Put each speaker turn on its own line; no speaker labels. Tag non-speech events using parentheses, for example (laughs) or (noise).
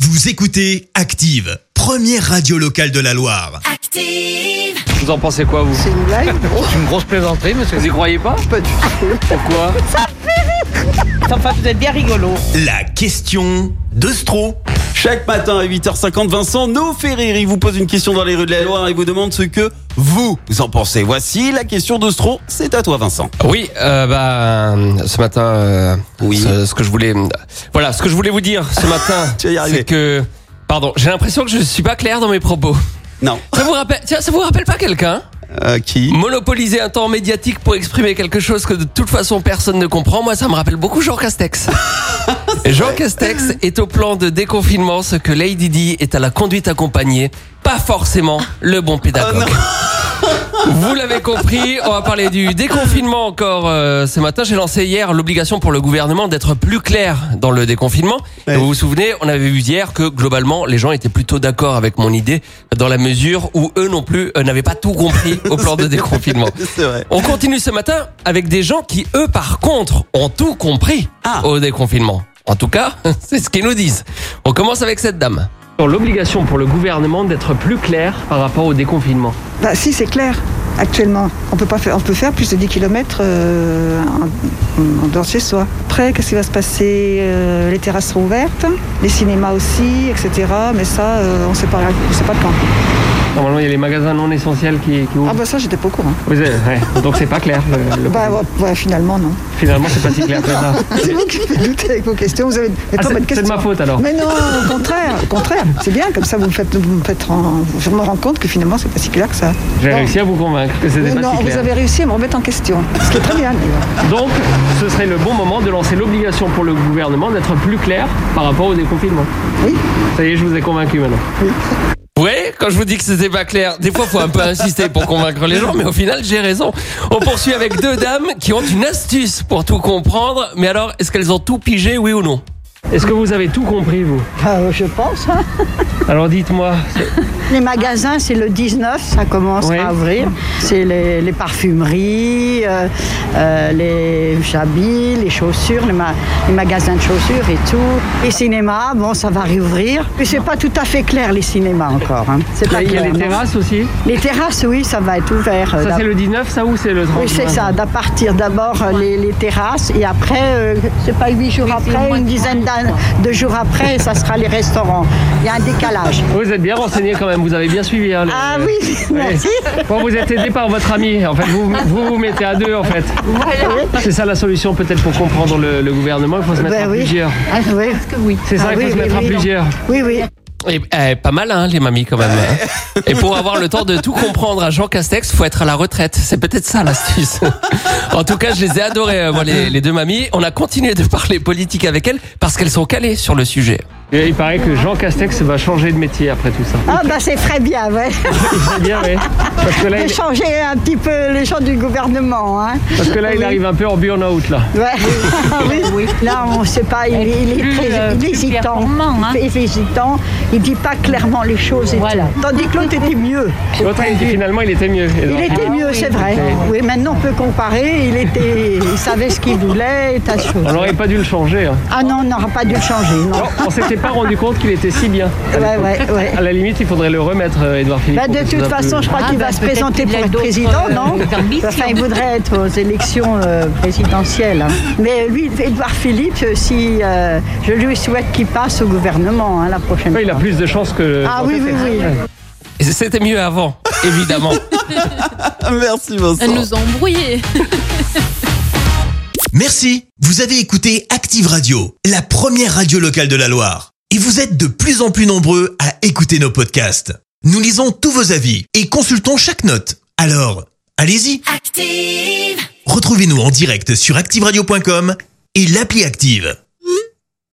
Vous écoutez Active, première radio locale de la Loire.
Active!
Vous en pensez quoi, vous
C'est une
(laughs)
blague
une grosse plaisanterie, monsieur. Vous y croyez pas
Pas du tout.
Pourquoi
Enfin, vous êtes bien rigolo.
La question de Stro.
Chaque matin à 8h50, Vincent nous fait rire. Il vous pose une question dans les rues de la Loire et vous demande ce que vous en pensez. Voici la question de Stro. C'est à toi, Vincent.
Oui, euh, bah, ce matin, euh,
Oui.
ce, ce que je voulais, voilà, ce que je voulais vous dire ce matin,
(laughs) Tu vas y arriver.
c'est que, pardon, j'ai l'impression que je suis pas clair dans mes propos.
Non.
Ça vous rappelle, tiens, ça vous rappelle pas quelqu'un
Euh, qui
Monopoliser un temps médiatique pour exprimer quelque chose que de toute façon personne ne comprend, moi ça me rappelle beaucoup
(laughs)
Jean Castex. Jean Castex est au plan de déconfinement ce que Lady Di est à la conduite accompagnée, pas forcément le
Oh
bon pédagogue. Vous l'avez compris, on va parler du déconfinement encore euh, ce matin. J'ai lancé hier l'obligation pour le gouvernement d'être plus clair dans le déconfinement. Et
Ouais.
vous vous souvenez, on avait vu hier que globalement, les gens étaient plutôt d'accord avec mon idée dans la mesure où eux non plus euh, n'avaient pas tout
(laughs)
compris au plan de déconfinement.
C'est vrai.
On continue ce matin avec des gens qui, eux, par contre, ont tout compris
Ah.
au déconfinement. En tout cas, (laughs) c'est ce qu'ils nous disent. On commence avec cette dame. L'obligation pour le gouvernement d'être plus clair par rapport au déconfinement.
Bah si, c'est clair. Actuellement, on peut pas faire, on peut faire plus de 10 km en, en dehors de chez soi. Après, qu'est-ce qui va se passer Euh, Les terrasses sont ouvertes, les cinémas aussi, etc. Mais ça, euh, on sait pas, on sait pas quand.
Normalement, il y a les magasins non essentiels qui,
Ah bah ça, j'étais pas au courant.
Vous êtes- ouais. Donc c'est pas clair. le-
(laughs)
le-
Bah ouais, ouais,
(laughs)
finalement non.
Finalement, c'est pas si clair que ça.
(laughs) C'est vous qui me faites douter avec vos questions. Vous avez des
Ah,
pas
c'est-
bonnes
c'est
questions.
de ma faute, alors.
Mais non, au contraire, au contraire. C'est bien comme ça. Vous me faites, vous me faites, en- je me rends compte que finalement c'est pas si clair que ça.
J'ai
Non.
réussi à vous convaincre que c'était pas
non,
si
vous
clair.
avez réussi à me remettre en question. Ce qui est très bien. d'ailleurs.
Donc, ce serait le bon moment de lancer l'obligation pour le gouvernement d'être plus clair par rapport au déconfinement.
Oui.
Ça y est, je vous ai convaincu maintenant. Oui, quand je vous dis que c'était pas clair, des fois faut un peu insister pour convaincre les gens, mais au final j'ai raison. On poursuit avec deux dames qui ont une astuce pour tout comprendre, mais alors est-ce qu'elles ont tout pigé, oui ou non Est-ce que vous avez tout compris, vous
Euh, je pense. hein.
Alors dites-moi,
Les magasins, c'est le 19, ça commence
Ouais.
à ouvrir. C'est les, les parfumeries, euh, euh, les habits, les chaussures, les, ma- les magasins de chaussures et tout. Les cinémas, bon, ça va réouvrir. Mais c'est pas tout à fait clair, les cinémas encore. hein. C'est pas
il y a
clair,
les
non.
terrasses aussi
Les terrasses, oui, ça va être ouvert. euh,
Ça
d'ab-
c'est le 19, ça ou c'est le 30
oui, c'est
juin
ça, d'à partir d'abord euh, les, les terrasses et après, euh, c'est pas huit jours après, une dizaine d'an- de jours après, ça sera les restaurants. Il y a un décalage.
Vous êtes bien renseigné quand même, vous avez bien suivi. Hein, le-
Ah oui, (laughs)
Ouais.
merci.
Bon, vous êtes aidé par votre ami. En fait, vous vous, vous mettez à deux, en fait. C'est ça la solution, peut-être, pour comprendre le, le gouvernement. Il faut se mettre
Ben
à
oui.
plusieurs.
Ah, oui.
C'est ça,
Ah
il faut
oui,
se
oui,
mettre à
oui.
plusieurs.
Oui, oui.
Et, eh, pas mal, hein, les mamies, quand même. hein. Et pour avoir le temps de tout comprendre à Jean Castex, faut être à la retraite. C'est peut-être ça l'astuce. en tout cas, je les ai adorées, euh, moi, les, les deux mamies. On a continué de parler politique avec elles parce qu'elles sont calées sur le sujet. il paraît que Jean Castex va changer de métier après tout ça.
Ah bah c'est très bien, ouais. Ah,
C'est bien, oui. Parce que là,
Faut changer un petit peu les gens du gouvernement, hein. Oui.
un peu en burn-out, là.
Ouais. (laughs) oui. Là, on ne sait pas, il, il est
Plus,
très-
euh,
il est
plus
hésitant.
performant, hein.
Il est hésitant, il ne dit pas clairement les choses. et
Voilà.
tout. Tandis que l'autre était mieux.
L'autre, il dit finalement, il était mieux. Et donc,
Il était mieux, c'est vrai. Oui, maintenant on peut comparer, il, était, il savait ce qu'il voulait et tas de choses.
On n'aurait pas dû le changer. hein.
Ah non, on n'aura pas dû le changer, non.
Non, on s'était pas rendu compte qu'il était si bien.
Oh. Ouais, ouais, ouais.
À la limite, il faudrait le remettre, euh, Édouard Philippe.
Bah,
pour
de
que ce
toute
soit
façon,
plus-
je crois
Ah,
qu'il
bah,
va se
peut-être
présenter
qu'il a
pour être
d'autres,
président,
euh,
non
ambitions.
Enfin, il voudrait être aux élections euh, présidentielles. hein. Mais lui, Édouard Philippe, euh, si euh, je lui souhaite qu'il passe au gouvernement hein, la prochaine
Ouais, Il a
fois.
plus de chances que.
Ah oui, oui, oui.
C'était mieux avant, évidemment.
Merci, Vincent.
Elle nous a embrouillés.
Merci. Vous avez écouté Active Radio, la première radio locale de la Loire. Et vous êtes de plus en plus nombreux à écouter nos podcasts. Nous lisons tous vos avis et consultons chaque note. Alors, allez-y.
Active!
Retrouvez-nous en direct sur activeradio.com et l'appli Active.